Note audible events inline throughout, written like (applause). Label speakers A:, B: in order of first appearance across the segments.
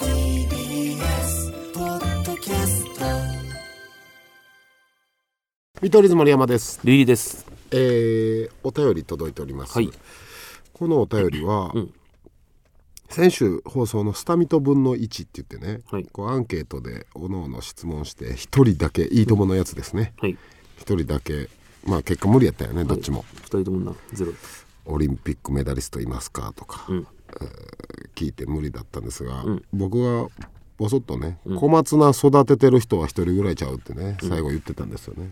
A: TBS ポッドキャスト
B: 見取り図森山です、
C: リリーです。
B: えー、お便り届いております、
C: はい
B: このお便りは、先週放送の「スタミト分の1」って言ってね、
C: はい
B: こうアンケートでおのおの質問して一人だけいいとものやつですね
C: はい。
B: 一、人だけまあ結果無理やったよねどっちも、
C: 二人ともな、ゼロ。
B: オリンピックメダリストいますか?」とか、えー聞いて無理だったんですが、僕がぼそっとね、小松菜育ててる人は一人ぐらいちゃうってね最後言ってたんですよね。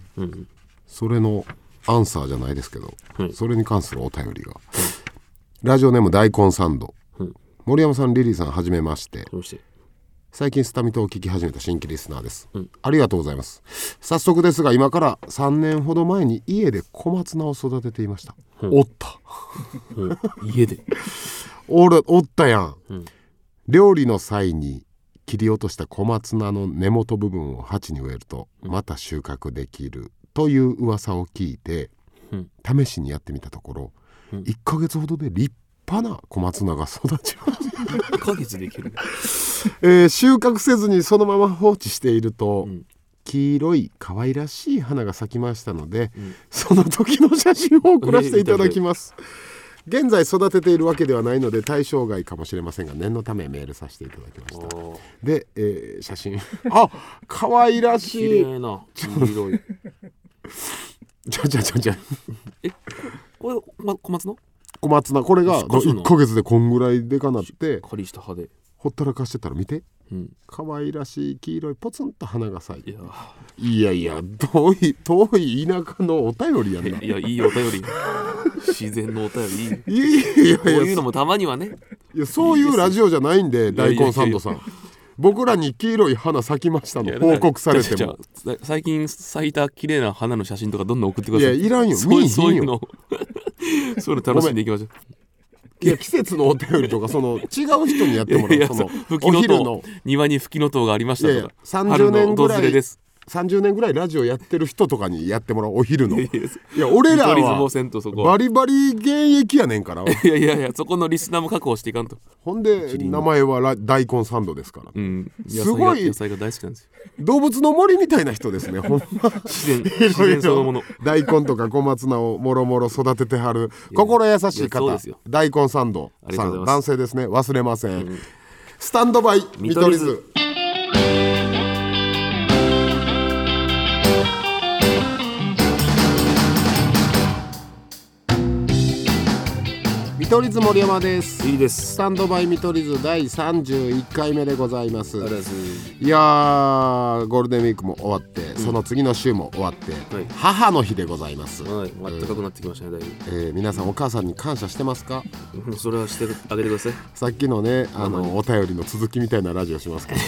B: それのアンサーじゃないですけど、それに関するお便りが、ラジオネーム大根サンド、森山さんリリーさんはじめまして、
C: どうして。
B: 最近スタミトを聞き始めた新規リスナーです、ありがとうございます早速ですが今から3年ほど前に家で小松菜を育てていました、おった
C: 家で。
B: おるおったやん、料理の際に切り落とした小松菜の根元部分を鉢に植えるとまた収穫できるという噂を聞いて、試しにやってみたところ、1ヶ月ほどで立派な小松菜が育ちました
C: 1ヶ月で (laughs) きる。
B: えー収穫せずにそのまま放置していると、黄色い可愛らしい花が咲きましたので、その時の写真を送らせていただき (laughs) ます、現在育てているわけではないので対象外かもしれませんが念のためメールさせていただきましたで、えー写真 (laughs) あ可愛ら
C: 綺
B: しい
C: 麗な。黄色 (laughs) い。
B: じゃじゃじゃじゃ
C: これ、ま、小松の。
B: 小松菜これが
C: 少し
B: 1
C: の
B: ヶ月でこんぐらいでかなって
C: 仮した葉で。
B: ほったらかしてたら見て
C: うん。
B: 可愛らしい黄色いポツンと花が咲いて
C: いやー。
B: いやいや遠い遠い田舎のお便りやんない
C: や、いいお便り。自然のお便り。いいこ
B: いやいや
C: う
B: いや
C: いうのもたまにはね。
B: いやそういうラジオじゃないんで
C: やいや
B: 大根サンドさん僕らに黄色い花咲きましたの報告されて
C: じゃ
B: も
C: 最近咲いた綺麗な花の写真とかどんどん送ってく
B: い
C: ださ
B: や
C: い。
B: いらんよ
C: そう
B: 見えへんよ
C: そういうの。 (laughs) そういうの楽しんでいきましょう。
B: いや季節のお便りとかその違う人にやっても
C: い
B: ら
C: や
B: うそ
C: そう
B: の
C: 吹き
B: お
C: の
B: 昼
C: 塔
B: の
C: 庭に吹きの塔がありまし
B: いやい
C: た
B: や
C: とか
B: 30年ぐら
C: 春の訪れ
B: い
C: です
B: 30年ぐらいラジオやってる人とかにやってもらうお昼のい
C: い
B: や
C: や
B: 俺ら
C: 見取り図も
B: は
C: せんとそこ
B: バリバリ現役やねんから
C: いやいやいやそこのリスナーも確保していかんと、
B: ほんで名前はラ大根サンドですから
C: うん、野菜が
B: すごい
C: 野菜が大好きなんですよ
B: 動物の森みたいな人ですねほんま
C: 自
B: (laughs)
C: 然自然そのもの
B: 大根とか小松菜をもろもろ育ててはる心優しい
C: いやそう
B: 方
C: ですよ
B: 大根サンド
C: ありが
B: さ
C: とうござい
B: ん
C: ます
B: 男性ですね忘れません、スタンドバイ見
C: 見
B: 取
C: 取
B: り
C: り
B: 図
C: 図
B: 見取り図森山です
C: いいで
B: ス
C: す
B: タンドバイ見取り図第31回目でございます
C: ありがとうございます
B: いやーゴールデンウィークも終わって、その次の週も終わって、
C: はい
B: 母の日でございます、
C: はい、まあ暖かくなってきましたねだい
B: えー皆さんお母さんに感謝してますか
C: ぶそれはしてあげてください
B: さっきのねあのお便りの続きみたいなラジオしますけ
C: (laughs)
B: ど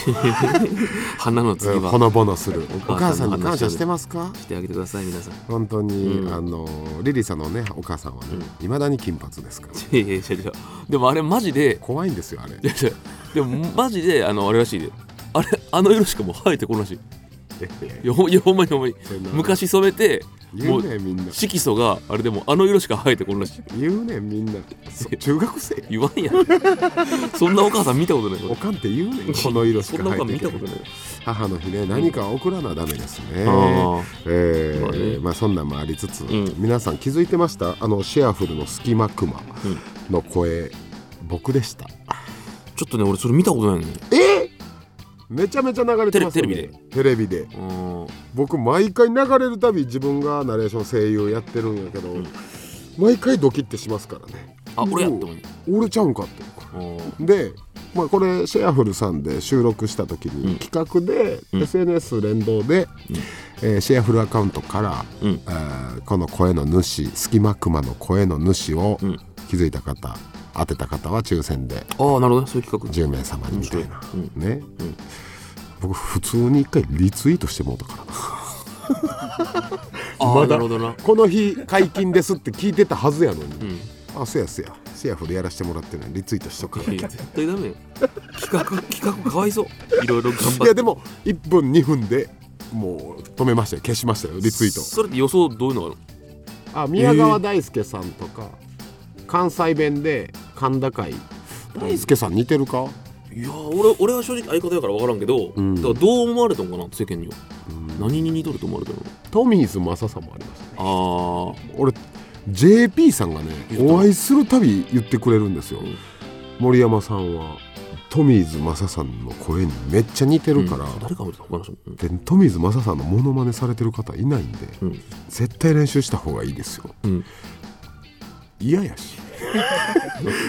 C: 花の次は
B: ほのぼのするお
C: お
B: 母
C: 母
B: さ
C: さ
B: ん
C: ん
B: に
C: に
B: 感
C: 感
B: 謝
C: 謝
B: し
C: してて
B: ますか
C: してあげてください皆さん (laughs)
B: 本当に、あのリリーさんのねお母さんはねいま、未だに金髪ですから
C: いやいやいやいやでもあれマジで (laughs)
B: 怖いんですよあれ
C: いやいやでもマジであのあれらしいであれあの色しかもう生えてこないらしいいやほんいやほんまにほんまに
B: れな
C: 昔染めて
B: 言
C: も
B: う
C: う
B: ねみんな
C: 色素があれでもあの色しか生えてこないらしい
B: 言うねみんなそ中学生
C: 言わんや
B: (laughs)
C: んそんなお母さん見たことない
B: おかんって言うねこの色しか
C: そんな
B: 入
C: お
B: って
C: 見
B: け
C: た
B: な
C: こ
B: い
C: とない
B: 母の日ね何か送らなダメですね、
C: あ
B: えー
C: まあね
B: まあそんなんもありつつ、
C: ん
B: 皆さん気づいてましたあのシェアフルの隙間クマの声、僕でした
C: ちょっとね俺それ見たことないの
B: えめちゃめちゃ流れてますよね
C: テレ
B: テレビで
C: よ
B: 僕毎回流れるたび自分がナレーション声優やってるんやけど、毎回ドキッてしますからね
C: あ俺やって
B: う
C: 思
B: ん俺ちゃうんかって
C: う
B: で、まあ、これシェアフルさんで収録した時に企画で、SNS 連動で、えーシェアフルアカウントから、
C: うん
B: えーこの声の主隙間クマの声の主を
C: ん
B: 気づいた方当てた方は抽選で
C: ああなるほどねそういう企
B: 10名様にみたいな、ね、僕普通に一回リツイートしてもうたからな
C: ああなるほど (laughs) な
B: (laughs) この日解禁ですって聞いてたはずやのに、あせやせやせやふでやらしてもらってるのにリツイートしとく
C: いや絶対ダメよ企画企画かわいそういろいろ頑張って
B: いやでも1分2分でもう止めましたよ消しましたよリツイート
C: それって予想どういうのが
B: あ宮川大輔さんとか、関西弁で甲高い大輔さん似てるか
C: あるいや俺俺は正直相方やから分からんけど、
B: ん
C: だからどう思われたのかな世間には、何に似とると思われたの
B: トミーズ正さんもありましたね
C: あ
B: 俺 JP さんがね
C: 言った
B: お会いするたび言ってくれるんですよ、森山さんはトミーズ正さんの声にめっちゃ似てるから、
C: あ誰か見てた他の人もうん
B: でトミーズ正さんのモノマネされてる方いないんで、
C: ん
B: 絶対練習した方がいいですよ
C: うん
B: 嫌やし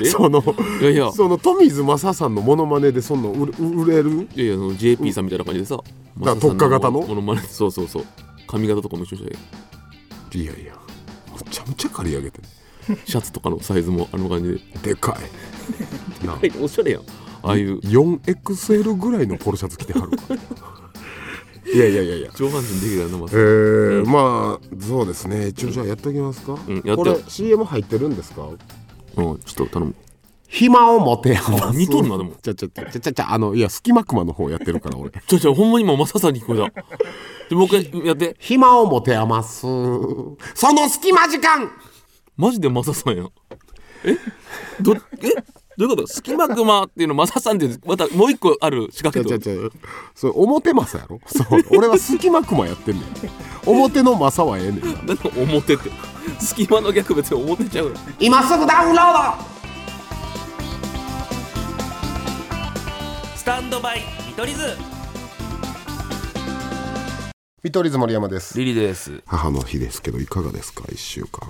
C: え
B: その
C: いやいや
B: そのトミーズ正さんのモノマネでそんな売れ売れる
C: いやいやその JP さんみたいな感じでさ
B: だから特化型の
C: ものまねそうそうそう髪型とかも一緒にして
B: いやいやむちゃむちゃ刈り上げてる
C: シャツとかのサイズもあの感じ
B: でかいな
C: で、おしゃれやんああいう
B: 4XL ぐらいのポロシャツ着てはる (laughs) からいやいやいやいや
C: 上半身できたよなま
B: え
C: ず
B: ーまあそうですね一応じゃあやっときますか、
C: んやってよ
B: これ CM 入ってるんですか
C: うんちょっと頼む
B: 暇を持て余す
C: 似とるなでも
B: ちゃちゃちゃちゃちゃちゃあのいや隙間熊の方やってるから俺
C: ちょちょほんまに今マサさんに聞こえたでもう一回やって
B: 暇を持て余すその隙間時間
C: マジでマサさんやんえどえどういうこと隙間熊っていうのマサさんってまたもう一個ある仕掛
B: ち
C: け
B: ゃ
C: って
B: ち
C: こ
B: ゃち
C: と
B: ゃそれ表マサやろそう俺は隙間熊やってんねん表のマサはええねんな
C: なんか表って隙間の逆別に表ちゃうよ
B: 今すぐダウンロード
C: スタンドバイ見取り図
B: 見取り図森山です
C: リリです
B: 母の日ですけどいかがですか一週間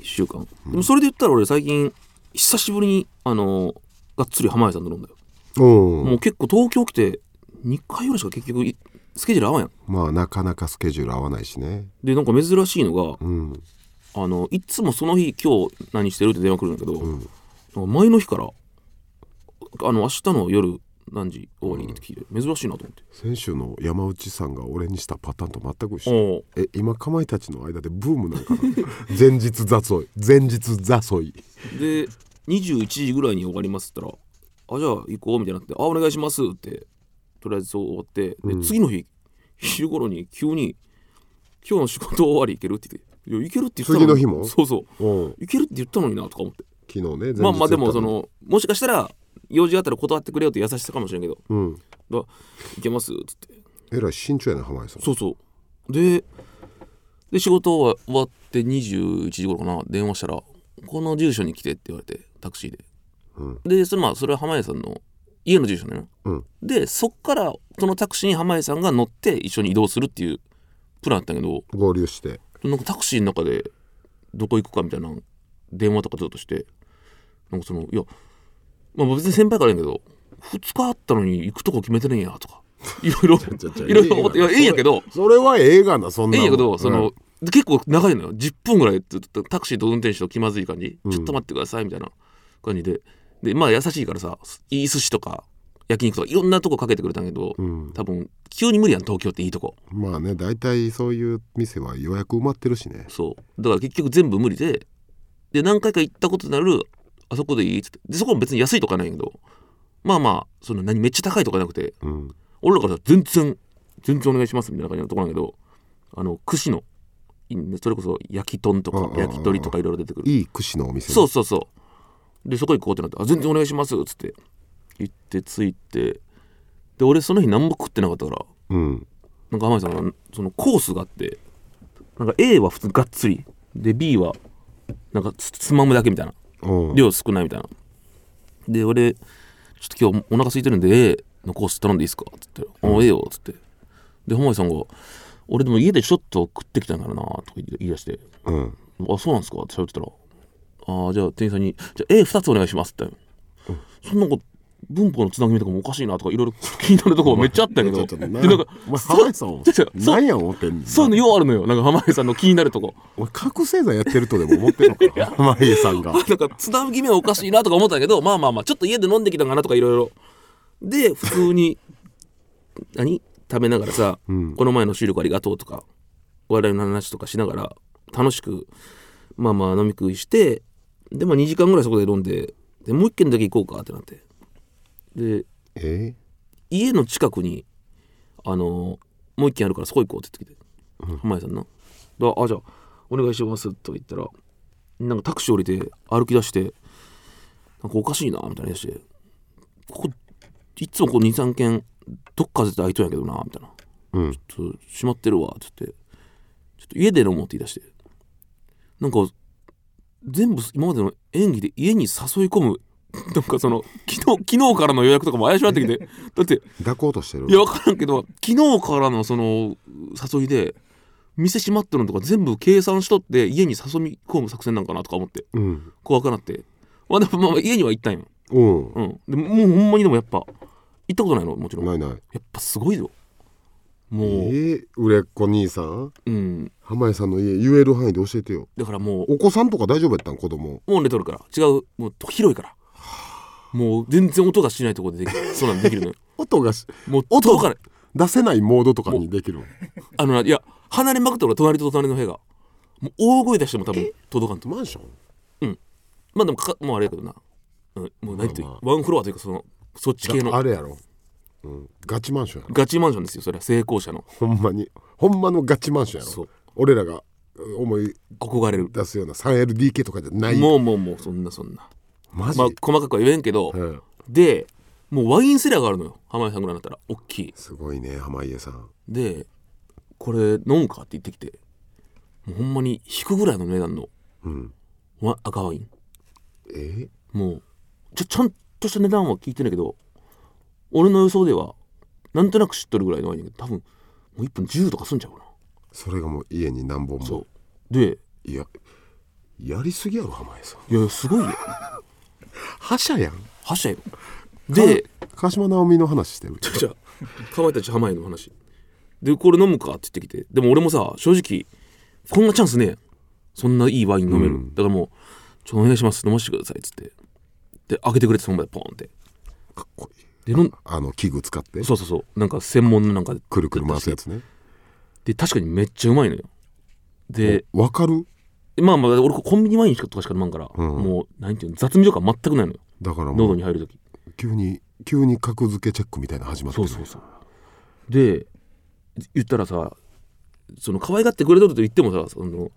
C: 1週間、でもそれで言ったら俺最近久しぶりにあのーがっつり濱家さんと飲んだよ、
B: うん
C: もう結構東京来て2回ぐらいしか結局いスケジュール合わんやん
B: まあなかなかスケジュール合わないしね
C: でなんか珍しいのが、
B: うん
C: あのいつもその日今日何してるって電話来るんだけど、なんか前の日からあの明日の夜何時終わりって聞いて、珍しいなと思って
B: 先週の山内さんが俺にしたパターンと全く一緒
C: お
B: え今かまいたちの間でブームなんかな前日雑い前日雑い
C: で21時ぐらいに終わりますって言ったら「あじゃあ行こう」みたいになって「あお願いします」ってとりあえずそう終わってで、次の日昼頃に急に「今日の仕事終わり行ける?」って言って「いや行ける」って言ってたに
B: 次の日も
C: そうそう
B: うん
C: 行けるって言ったのになとか思って
B: 昨日ね前日
C: まあまあでも
B: やった
C: そのもしかしたら用事があったら断ってくれよって優しさかもしれんけど
B: うん
C: 「だ行けます」っつって
B: えらい慎重やな濱家さん
C: そうそうでで仕事は終わって21時頃かな電話したら「この住所に来て」って言われてタクシーで、
B: うん
C: でそれまあそれは濱家さんの家の住所なの、
B: うん
C: でそっからそのタクシーに濱家さんが乗って一緒に移動するっていうプランだったけど
B: 合流して
C: なんかタクシーの中でどこ行くかみたいな電話とかずっとしてなんかそのいや、まあ、別に先輩からやけど2日あったのに行くとこ決めてねえや
B: (laughs)
C: とかいろいろいろいろ思っていやいいんやけど
B: それは映画なそん
C: え
B: な
C: え
B: もん
C: んやけど、その、
B: うん
C: 結構長いのよ。10分ぐらいずっとタクシーと運転手と気まずい感じ、ちょっと待ってくださいみたいな感じで。で、まあ優しいからさ、いい寿司とか、焼肉とか、いろんなとこかけてくれたんやけど、多分、急に無理やん、東京っていいとこ。
B: まあね大体そういう店は予約埋まってるしね
C: そう。だから結局全部無理で、で、何回か行ったことになる、あそこでいいっつって。で、そこも別に安いとかないんやけど、まあまあ、その何、めっちゃ高いとかなくて、
B: うん
C: 俺らから全然全然お願いしますみたいな感じのとこなんだけどあの串のいそれこそ焼き豚と
B: ああ
C: か
B: あ
C: 焼き鳥とかいろいろ出てくる
B: いい串のお店ね
C: そうそうそうでそこ行こうってなって「あ全然お願いします」っつって行って着いてで俺その日何も食ってなかったから
B: うん
C: なんか浜田さんがそのコースがあってなんか A は普通がっつりで B はなんかつつまむだけみたいな
B: うん
C: 量少ないみたいな。で、俺、ちょっと今日お腹空いてるんで、A のコース頼んでいいですかって言って、あ、ええよ、つって。で、浜井さんが、俺でも家でちょっと食ってきたんだからな、とか言い出して、
B: うん
C: あ、そうなんですかって喋ってたら、ああ、じゃあ店員さんに、じゃあ A2 つお願いしますって。そんなんか、文法のつなぎ目とかもおかしいなとかいろいろ (laughs) 気になるとこめっちゃあったんや
B: ちょっと
C: けど、で
B: な
C: なんか、
B: お前濱家さんを
C: ちょちょそう
B: 何や思ってんの
C: そういうのようあるのよ、なんか浜井さんの気になるとこ。
B: 俺覚醒剤やってるとでも思ってんの
C: (laughs)
B: かな濱家さんが
C: なんかつなぎ目はおかしいなとか思ったんやけどまあまあまあちょっと家で飲んできたんかなとかいろいろで普通に (laughs) 何食べながらさ、この前の収録ありがとうとかお笑いの話とかしながら楽しくまあまあ飲み食いしてでまあ2時間ぐらいそこで飲んででもう一軒だけ行こうかってなってで
B: え
C: 家の近くにあのもう一軒あるからそこ行こうって言ってきて、濱家さんな「だあじゃあお願いします」とか言ったらなんかタクシー降りて歩き出してなんかおかしいなみたいな話して「ここいつもこう23軒どっか絶対開いとんやけどな」みたいな「
B: うん
C: ちょっと閉まってるわ」っつって「ちょっと家で飲もう」って言い出してなんか全部今までの演技で家に誘い込むなんかその昨日昨日からの予約とかも怪しくなってきてだって
B: 抱こうとしてる
C: いや分からんけど昨日からのその誘いで店閉まってるのとか全部計算しとって家に誘い込む作戦なんかなとか思って
B: うん
C: 怖くなって、まあ、でもまあ家には行ったんよ、
B: うん
C: うん、でももうほんまにでもやっぱ行ったことないのもちろんや
B: ないない
C: っぱすごいよも
B: え
C: う、
B: ー、売れっ子兄さん
C: うん
B: 濱家さんの家言える範囲で教えてよ
C: だからもう
B: お子さんとか大丈夫やったん子供
C: もう寝とるから違うもう広いからもう全然音がしないところでできる (laughs) そうなんできるのよ
B: 音がし
C: もう
B: 音
C: 遠から
B: 出せないモードとかにできるの
C: あのないや離れまくったら隣と隣の部屋がもう大声出しても多分届かんと思う
B: マンション
C: まあでもかもうあれやけどな、うん、もうないという、
B: まあ
C: ワンフロアというかそのそっち系
B: あ
C: の
B: れやろ、うん、ガチマンションやろ
C: ガチマンションですよそれは成功者の
B: ほんまにほんまのガチマンションや
C: そ
B: ろ
C: う
B: 俺らがうん思い
C: 憧れる
B: 出すような 3LDK とかじゃない
C: もうもうもうそんなそんな
B: マジ、
C: まあ細かくは言えんけど、
B: うん
C: でもうワインセラーがあるのよ濱家さんぐらいになったら大きい
B: すごいね濱家さん
C: でこれ飲むかって言ってきてもうほんまに引くぐらいの値段の、わ赤ワイン
B: え
C: もうちょちゃんとした値段は聞いてないけど俺の予想ではなんとなく知っとるぐらいのワインだけど多分もう1分10とかすんちゃうかな
B: それがもう家に何本も
C: そうで
B: いややりすぎやろ濱家さん
C: いやいやすごいよ
B: 覇者やん
C: 覇者よで
B: 川島直美の話してる
C: じゃあかまいたち濱家の話でこれ飲むかって言ってきてでも俺もさ正直こんなチャンスねえそんないいワイン飲める、だからもう「ちょっとお願いします飲ませてください」っつってで開けてくれてその場でポンって
B: かっこいい
C: で飲ん
B: あの器具使って
C: そうそうそうなんか専門のなんか
B: くるくる回すやつね
C: で確かにめっちゃうまいのよで
B: わかる
C: まあまあ俺コンビニワインしかとかしか飲まんから、もうなんていうの雑味とか全くないのよ
B: だからも
C: 喉
B: う
C: に入る時
B: 急に急に格付けチェックみたいなの始まって
C: そ
B: る
C: うそうそうで言ったらさその可愛がってくれとると言ってもさその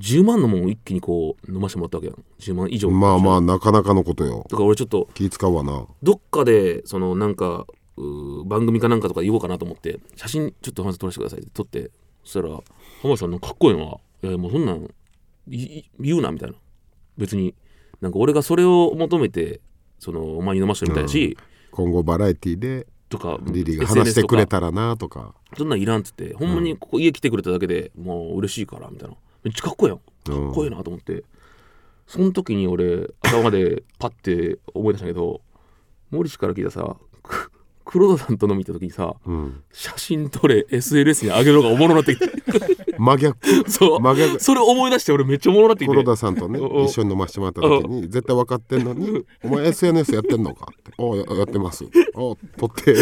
C: 10万のもんを一気にこう飲ましてもらったわけやん10万以上
B: まあまあなかなかのことよ
C: だから俺ちょっと
B: 気使うわな
C: どっかでそのなんかうー番組かなんかとか言おうかなと思って写真ちょっと浜田さん撮らせてくださいって撮ってそしたら浜田さんなんかかっこいいな「いやもうそんなんいい言うな」みたいな別になんか俺がそれを求めてそのお前に飲ましてるみたいだし、
B: 今後バラエティで
C: とか
B: リリーが
C: SNS
B: 話して
C: と
B: く
C: か
B: れたらなとか
C: そんなんいらんっつってほんまにここ家来てくれただけでもう嬉しいからみたいなめっちゃかっこいいやんかっこいいなと思ってその時に俺頭でパッて思い出したけど森氏から聞いたさく黒田さんと飲み行った時にさ、写真撮れ SNS に上げるのがおもろなって
B: (laughs)
C: きて
B: 真逆
C: そう
B: 真逆
C: それ思い出して俺めっちゃおもろなってきて
B: 黒田さんとね
C: (laughs) おお
B: 一緒に飲ませてもらった時に絶対分かってんのに
C: (laughs)
B: 「お前 SNS やってんのか?」って「おややってます」お「撮って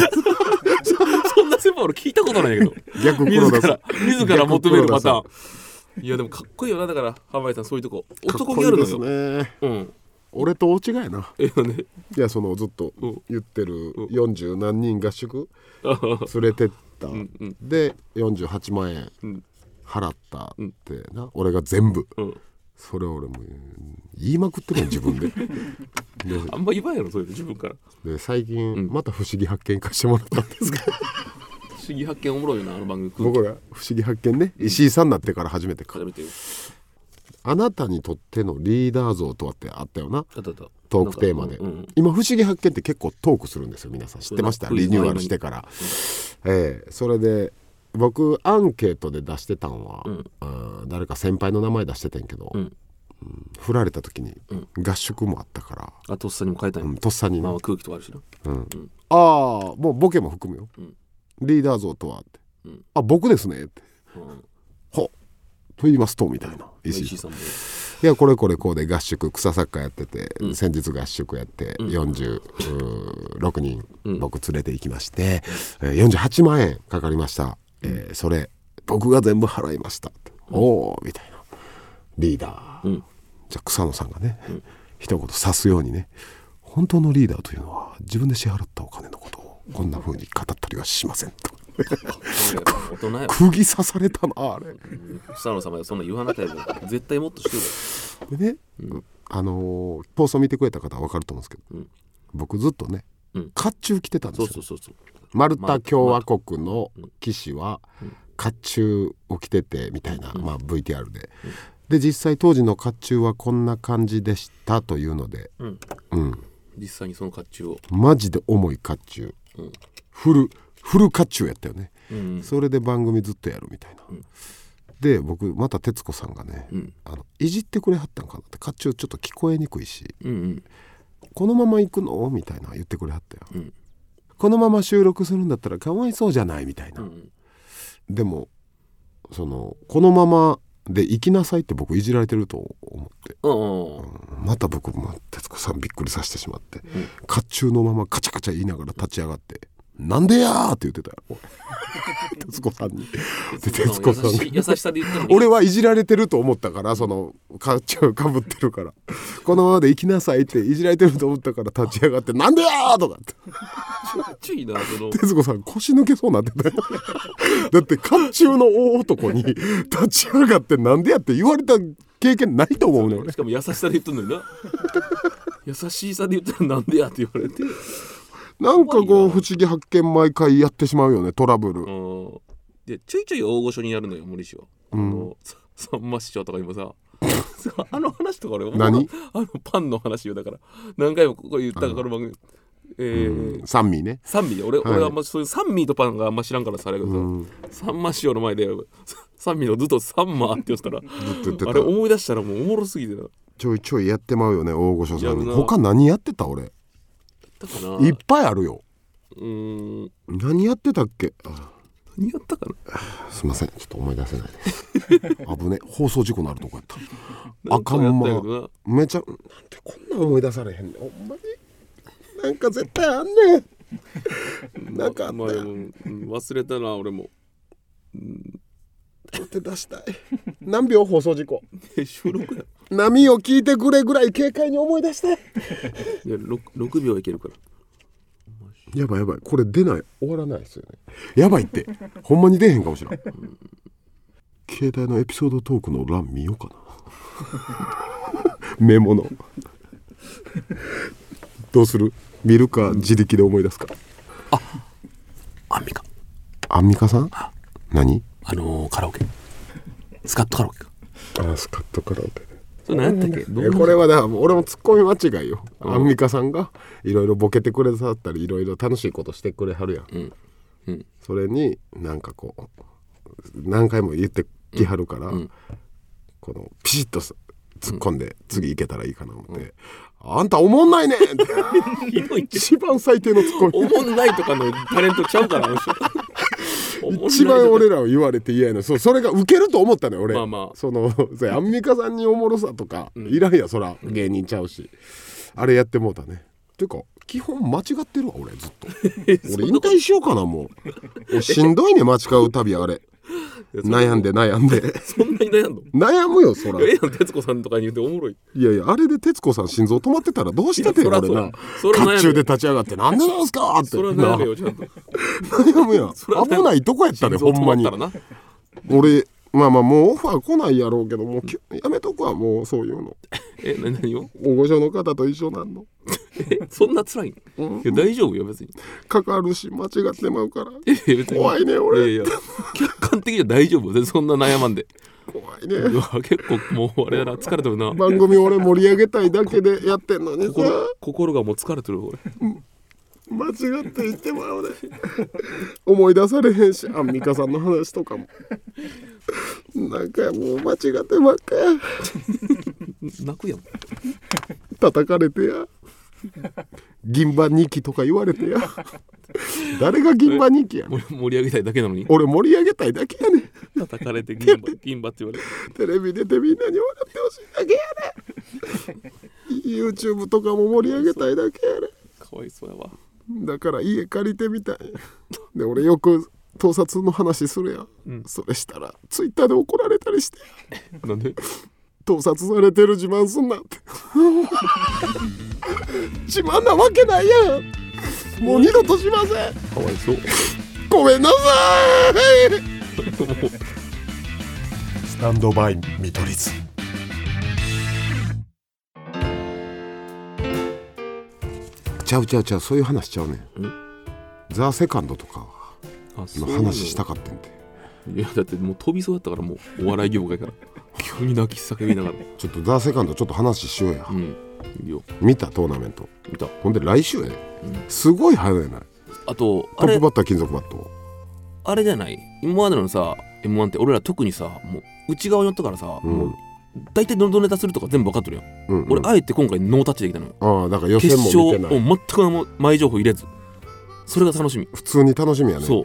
C: そんな先輩俺聞いたことないんやけど
B: 逆黒田
C: 自
B: さん
C: ら自ら求めるパタ
B: 逆黒
C: ー
B: 田
C: ンいやでもかっこいいよなだから濱家さんそういうとこ
B: かっ
C: 男
B: こ
C: 気
B: い
C: あ
B: い
C: る
B: で
C: の
B: す
C: よ、
B: ね
C: うん
B: 俺と大違いやな
C: ええよね
B: いやそのずっと言ってる40何人合宿連れてったで48万円払ったってな俺が全部
C: ん
B: それ俺も言いまくってるやん自分で
C: あんま言わんやろそういうの自分から
B: で最近また不思議発見貸してもらったんですけど
C: 不思議発見おもろいなあの番組空気
B: (laughs) 僕ら不思議発見ね石井さんになってから初めてか
C: 固めてる
B: あなたにとってのリーダー像とはってあったよな
C: あったあった
B: トークテーマで、
C: なんかうんうん
B: 今「不思議発見」って結構トークするんですよ皆さん知ってました
C: そうだ
B: リニューアルしてから、ええそれで僕アンケートで出してたんは、あー誰か先輩の名前出しててんけど、
C: ん
B: うん振られた時に合宿もあったから、
C: あとっさにも変えたい、
B: うんとっさにね、
C: まあ空気とかあるしな
B: ああもうボケも含むよ、リーダー像とはって、あ僕ですねって、ほと言いますとみたいな石井さん
C: 石井さんも
B: いやこれこれこうで合宿草サッカーやってて、先日合宿やって46人僕連れて行きまして、えー48万円かかりました、えーそれ僕が全部払いましたって、おおみたいなリーダー、じゃあ草野さんがね、一言指すようにね本当のリーダーというのは自分で支払ったお金のことをこんな風に語ったりはしませんと
C: 大人や
B: 釘刺されたなあれ。
C: 草野様でそんな言わなきゃいけない絶対もっとしてる
B: でね、あのー放送見てくれた方は分かると思うんですけど、僕ずっとね、
C: うん
B: 甲冑着てたんです
C: そ
B: よ
C: うそうそうそう
B: マルタ共和国の騎士は甲冑を着ててみたいな、まあ、VTR で、で実際当時の甲冑はこんな感じでしたというので、
C: ん
B: うん
C: 実際にその甲冑を
B: マジで重い甲冑、フルフル甲冑やったよね、
C: うん
B: それで番組ずっとやるみたいな、で僕また徹子さんがね、
C: ん
B: あのいじってくれはったんかなって甲冑ちょっと聞こえにくいし、
C: うんうん
B: このまま行くのみたいな言ってくれはったよ、
C: うん
B: このまま収録するんだったらかわいそうじゃないみたいな、
C: ん
B: でもそのこのままで行きなさいって僕いじられてると思って
C: うんうん
B: また僕も徹子さんびっくりさせてしまって甲冑のままカチャカチャ言いながら立ち上がって「なんでや!」って言ってた
C: (laughs)
B: よ徹子さんに。で徹子さん
C: 優
B: が
C: しい優しさで言った (laughs) のに
B: 俺はいじられてると思ったからそのかちをかぶってるからこのままで行きなさいっていじられてると思ったから立ち上がって「なんでや!」とかって
C: 注意なその
B: (laughs) 徹子さん腰抜けそうになってたよ (laughs) だって甲冑の大男に立ち上がって「なんでや?」って言われた経験ないと思うね俺
C: しかも優しさで言ったのにな (laughs) 優しさで言ったらなんでやって言われて
B: なんかこう不思議発見毎回やってしまうよねトラブル
C: うんでちょいちょい大御所にやるのよ森氏は、あのささんま師匠とか
B: (laughs)
C: 今ささあの話とか俺
B: 何
C: (laughs) あのパンの話よだから何回もここ言ったからこの番組えー
B: 三味ね
C: 三味で俺,、俺はあんまそういう三味とパンがあんま知らんからさあれやけどさ、さんま師匠の前で (laughs) さ三味のずっと「サンマー」って言ってたら
B: ずっと言ってた
C: あれ思い出したらもうおもろすぎてな
B: ちょいちょいやってまうよね大御所さん
C: やる
B: に
C: な
B: 他何やってた俺
C: だから
B: いっぱいあるよ
C: うーん
B: 何やってたっけあ
C: 何やったかな
B: すいませんちょっと思い出 (laughs) せないです危ね放送事故なるとこやった
C: な
B: あ
C: ん
B: か
C: か
B: ん
C: やったんやけど
B: ま
C: な
B: めちゃなんでこんなん思い出されへんねんほんまになんか絶対あんねんなんかあっ
C: まあ
B: た
C: で
B: よ
C: もうん忘れたな俺も
B: って出したい何秒放送事故
C: え収録や
B: 波を聞いてくれぐらい軽快に思い出したい
C: いや 6, 六秒はいけるから
B: やばいやばいこれ出ない終わらないですよねやばいってほんまに出へんかもしれん携帯のエピソードトークの欄見ようかな (laughs) メモのどうする見るか自力で思い出すか
C: アンミカ
B: アンミカさん何
C: あのー、カラオケスカットカラオケか
B: あスカッとカラオケで
C: それ何やったっけど
B: いやこれはだからもう俺もツッコミ間違いよ、アンミカさんがいろいろボケてくれさったりいろいろ楽しいことしてくれはるやん、
C: んうん
B: それになんかこう何回も言ってきはるから、このピシッとす突っ込んで次いけたらいいかな思って「あんたおもんないねん!」って (laughs)
C: ひどいって
B: 一番最低のツッコミ
C: おもんないとかのタレントちゃうからあの (laughs) 人おもんないとか
B: 一番俺らを言われて嫌やのそうそれがウケると思ったのよ俺、
C: まあまあ
B: その (laughs) そうアンミカさんにおもろさとか、いらんやそら芸人ちゃうしあれやってもうたねていうか基本間違ってるわ俺ずっ
C: (laughs)
B: と俺引退しようかなもう俺しんどいね間違う旅あれ悩んで悩んで
C: (laughs) そんなに悩んの
B: 悩むよそら
C: いやええやん徹子さんとかに言っておもろい
B: いやいやあれで徹子さん心臓止まってたらどうしててん
C: いや
B: 俺
C: そら
B: な
C: そ
B: 甲
C: らそら悩むよ
B: 冑で立ち上がって「なんでなんすか!」って
C: それは悩めよちゃんと
B: な悩むやん
C: そら悩む
B: 危ないとこやったねほんまに
C: 心臓止まったらな
B: 俺まあまあもうオファー来ないやろうけどもうきやめとくわもうそういうの
C: えな何を
B: 大御所の方と一緒なんの
C: えそんな辛いのいや大丈夫よ別に
B: かかるし間違ってまうから
C: いやいや別に
B: 怖いね俺
C: いやいや客観的には大丈夫よそんな悩まんで
B: 怖いうね
C: わ結構もうあれやな疲れてるな
B: 番組俺盛り上げたいだけでやってんのにさ
C: 心心がもう疲れてる俺
B: 間違って言ってまうね思い出されへんしアンミカさんの話とかもなんかもう間違ってばっかや
C: 泣くやん (laughs)
B: 叩かれてや銀歯2期とか言われてや誰が銀歯日記やねん
C: 盛り盛り上げたいだけなのに
B: 俺盛り上げたいだけやねん
C: 叩かれて銀歯銀歯って言われる
B: テレビ出てみんなに笑ってほしいだけやねん YouTube とかも盛り上げたいだけやね
C: かわいそうやわ
B: んだから家借りてみたいで俺よく盗撮の話するやん、それしたら Twitter で怒られたりして
C: なんで
B: 盗撮されてる自慢すんなって自慢なわけないやんもう二度としません
C: かわいそう
B: ごめんなさいスタンドバイ見取り図ちゃうちゃうちゃうそういう話しちゃうねんザ・セカンドとか
C: あ
B: の
C: そういうの
B: 話したかってんて
C: いやだってもう飛びそうだったからもうお笑い
B: (laughs)
C: 業界から急に泣き叫びながら
B: ちょっとザ・セカンドちょっと話しようや、
C: うんいいよ
B: 見たトーナメント
C: 見た
B: ほんで来週やね、すごい早いな
C: あ
B: ト
C: とあ
B: ップ
C: れ
B: バッター金属バット
C: あれじゃない今までのさ m 1って俺ら特にさもう内側に寄ったからさ、もう大体どのネタするとか全部分かってるよ、
B: うんうん
C: 俺あえて今回ノータッチできたのよ
B: ああだから予
C: 決
B: 選も
C: 勝
B: 見て
C: を
B: ない
C: 全く何も前情報入れずそれが楽しみ、
B: 普通に楽しみやね
C: そう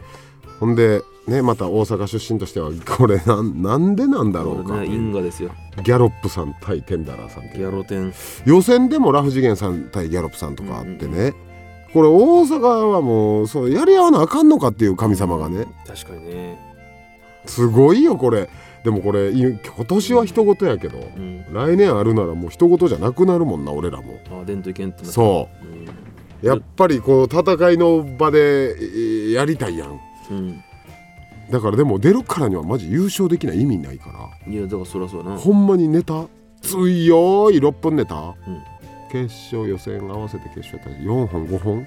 B: ほんでねまた大阪出身としてはこれなんなんでなんだろう
C: こ
B: か
C: れね因果ですよ
B: ギャロップさん対テンダラーさんって
C: ギャロテン
B: 予選でもラフ次元さん対ギャロップさんとかあってね、これ大阪はもうそうやり合わなあかんのかっていう神様がね
C: 確かにね
B: すごいよこれでもこれい今年は人事やけど、
C: ん
B: 来年あるならもう人事じゃなくなるもんな俺らも
C: あ伝統いけんってなう、
B: そ
C: うん
B: うやっぱりこう戦いの場でえーやりたいやん
C: うん
B: だからでも出るからにはマジ優勝できない意味ないから
C: いやだからそりゃそうやな
B: ほんまにネタ強い6分ネタ、
C: ん
B: 決勝予選合わせて決勝やったら4本5本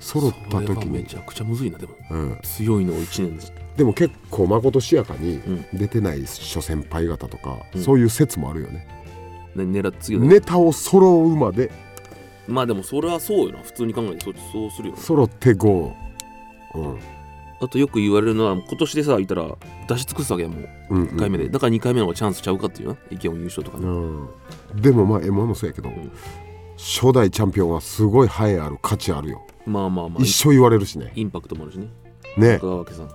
B: 揃った
C: それは
B: 時
C: め
B: に、
C: ちゃくちゃむずいなでも
B: うん、
C: 強いのを1年です
B: でも結構まことしやかに
C: ん
B: 出てない諸先輩方とか、そういう説もあるよね、
C: ね狙っ次の
B: ネタを揃うまで
C: まあでもそれはそうよな普通に考えてそそうするよな
B: 揃って5うん
C: あとよく言われるのは今年でさ言ったら出し尽くすわけやもう
B: うん
C: 1回目で、だから2回目の方がチャンスちゃうかっていうな意見を優勝とかね、
B: うん、でもまあ m 1もそうやけど、
C: ん
B: 初代チャンピオンはすごい栄えある価値あるよ
C: まあまあまあ
B: 一生言われるしね
C: インパクトもあるしね
B: ね
C: 中川家さん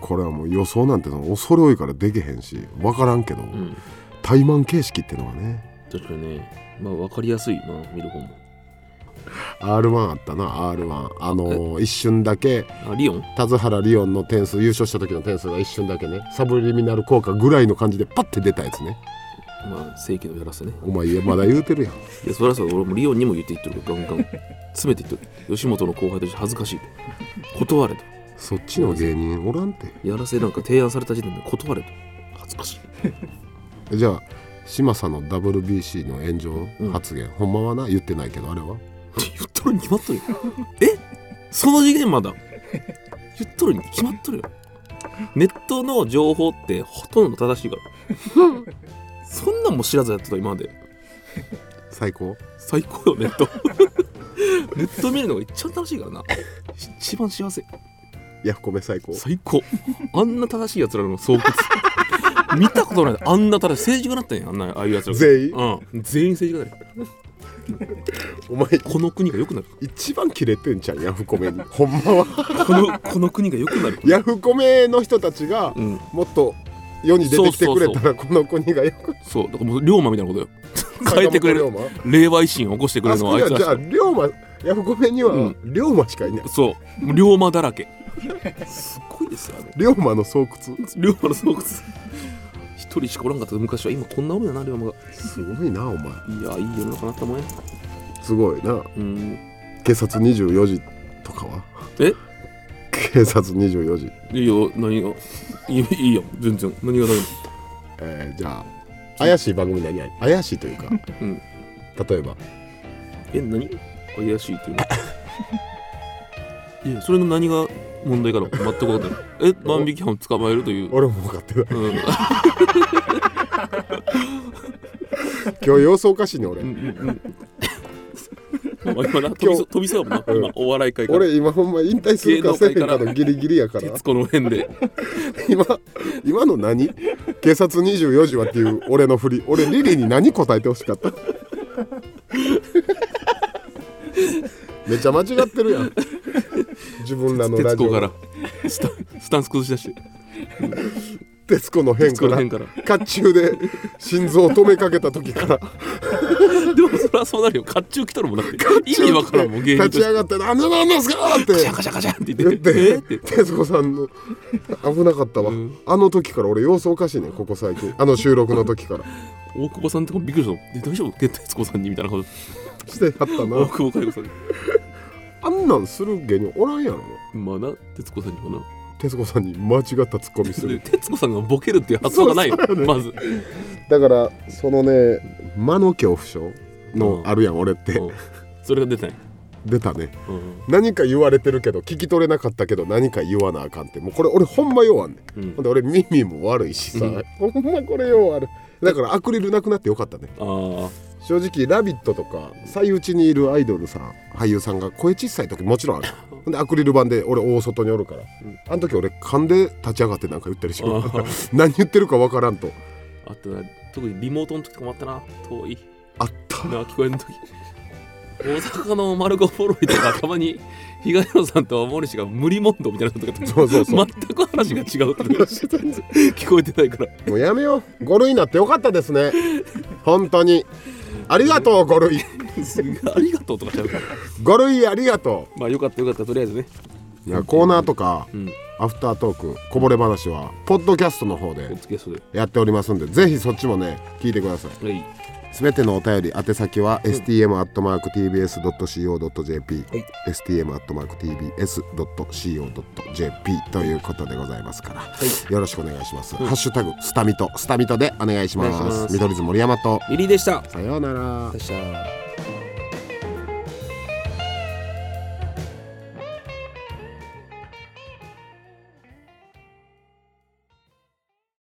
B: これはもう予想なんてのは恐れ多いからできへんし分からんけど、
C: ん
B: 怠慢形式ってのはね
C: 確かにねまあ分かりやすいな見る方も
B: r 1あったな r 1あのー一瞬だけ
C: あリオン
B: 田津原リオンの点数優勝した時の点数が一瞬だけねサブリミナル効果ぐらいの感じでパッて出たやつね
C: まあ正規のやらせね
B: お前まだ言うて (laughs) るやん
C: いやそりゃそう俺もリオンにも言っていってるガンガン詰めていってる吉本の後輩として恥ずかしい断れと
B: そっちの芸人おらんて
C: やらせなんか提案された時点で断れと恥ずかしい
B: じゃあ嶋佐の WBC の炎上発言、ほんまはな言ってないけどあれは
C: 言っとるに決まっとるよえその次元まだ言っとるに決まっとるよネットの情報ってほとんど正しいからそんなんも知らずやってた今まで
B: 最高
C: 最高よネット (laughs) ネット見るのが一番楽しいからな一番幸せ
B: ヤフコメ最高
C: 最高あんな正しいやつらの巣窟見たことないあんな正しい政治家だったんやあんなああいうやつらが
B: 全員
C: うん、全員政治家だよ
B: お前
C: この国が良くなる
B: 一番キレてんじゃんヤフコメにほんまは
C: このこの国が良くなる
B: ヤフコメの人たちが
C: うん
B: もっと世に出てきてくれたらこの国がよく
C: そうだからもう龍馬みたいなことよ変えてくれる
B: 坂本龍
C: 令和維新を起こしてくれ
B: 馬あ
C: る
B: そ
C: の
B: こ
C: はあ
B: に
C: い
B: はじゃあ龍
C: つらしか
B: 馬ヤフコメには
C: うん
B: 龍馬しかいない
C: そうもう龍馬だらけすごいですよあれ
B: 龍馬の巣窟
C: 龍馬の巣窟一人しかおらんかった昔は今こんなおるやな龍馬が
B: すごいなお前
C: いやいい世の中になったもんや
B: すごいな
C: うん
B: 警察24時とかは
C: え
B: 警察24時、
C: いいよ何がいいいいよ全然何が何が
B: えーじゃあ怪しい番組何や怪しいというか、
C: うん
B: 例えば
C: え何怪しいっていうのいやそれの何が問題かの全く分かんないえ万引き犯を捕まえるという、
B: 俺も分かってない
C: うん、
B: (laughs) 今日様子おかしいね俺、
C: まあ今な飛びそう飛びそうやもんな、
B: ん
C: 今お笑い界から
B: 俺今ほんま引退するかせえへんかのギリギリやから
C: 徹子の辺で
B: 今今の何警察24時はっていう俺の振り俺リリーに何答えてほしかっためっちゃ間違ってるやん自分らのラジ
C: 徹子
B: オ
C: からスタスタンス崩し出して
B: 徹子の変から
C: 徹子の
B: 甲冑で心臓を止めかけた時から
C: でもそれはそうなるよ甲冑来たのもだって意味わからんもん芸人
B: 立
C: と
B: ち
C: して
B: 上がって「なんでなんですか!」って
C: カシャカシャカシャって言
B: 言
C: っ
B: って
C: え
B: て
C: って
B: 徹子さんの危なかったわ、あの時から俺様子おかしいねんここ最近あの収録の時から
C: 大久保さんとかびっくりしたもんえ大丈夫徹子さんにみたいなこと
B: してやった
C: 大
B: な
C: 久保佳代子さんに
B: あんなんする芸人おらんやろ
C: まあな徹子さんにもな
B: 徹子さんに間違ったツッコミす
C: で
B: る
C: 徹子さんがボケるっていう発想がないよまず
B: (laughs) だからそのね魔の恐怖症のあるやん俺って
C: うんそれが出てない
B: 出たね
C: うん
B: 何か言われてるけど聞き取れなかったけど何か言わなあかんってもうこれ俺ほんま弱んね、
C: うん
B: ん、ほんで俺耳も悪いしさ、ほんまこれ弱あるだからアクリルなくなってよかったね
C: ああ
B: 正直「ラビット!」とか最内にいるアイドルさん俳優さんが声小さい時もち (laughs) ろんあるほんでアクリル板で俺大外におるから、あの時俺勘で立ち上がってなんか言ってるし (laughs) 何言ってるかわからんと
C: あとな特にリモートの時とかもあったな遠い
B: あった
C: な聞こえん時大阪のマルコ・ポロリとかたまに東野さんと森氏が無理問答みたいなことが
B: そうそう (laughs) そう
C: 全く話が違うって聞こえてないから
B: もうやめよう5類になってよかったですね本当にありがとう5類
C: ありがとうとかちゃうから
B: 5類ありがと
C: まあよかったよかったとりあえずね
B: ういやコーナーとか、
C: ん
B: アフタートークこぼれ話はポッドキャストの方
C: お
B: で
C: 付き合いそうで
B: やっておりますんでぜひそっちもね聞いてください
C: はい
B: すべてのお便り宛先は stm.tbs.co.jp、stm.tbs.co.jp ということでございますから、よろしくお願いします、ハッシュタグスタミトスタミトでお願いします
C: お願いします
B: 見取り図森山と
C: リリーでした
B: さようなら
C: でした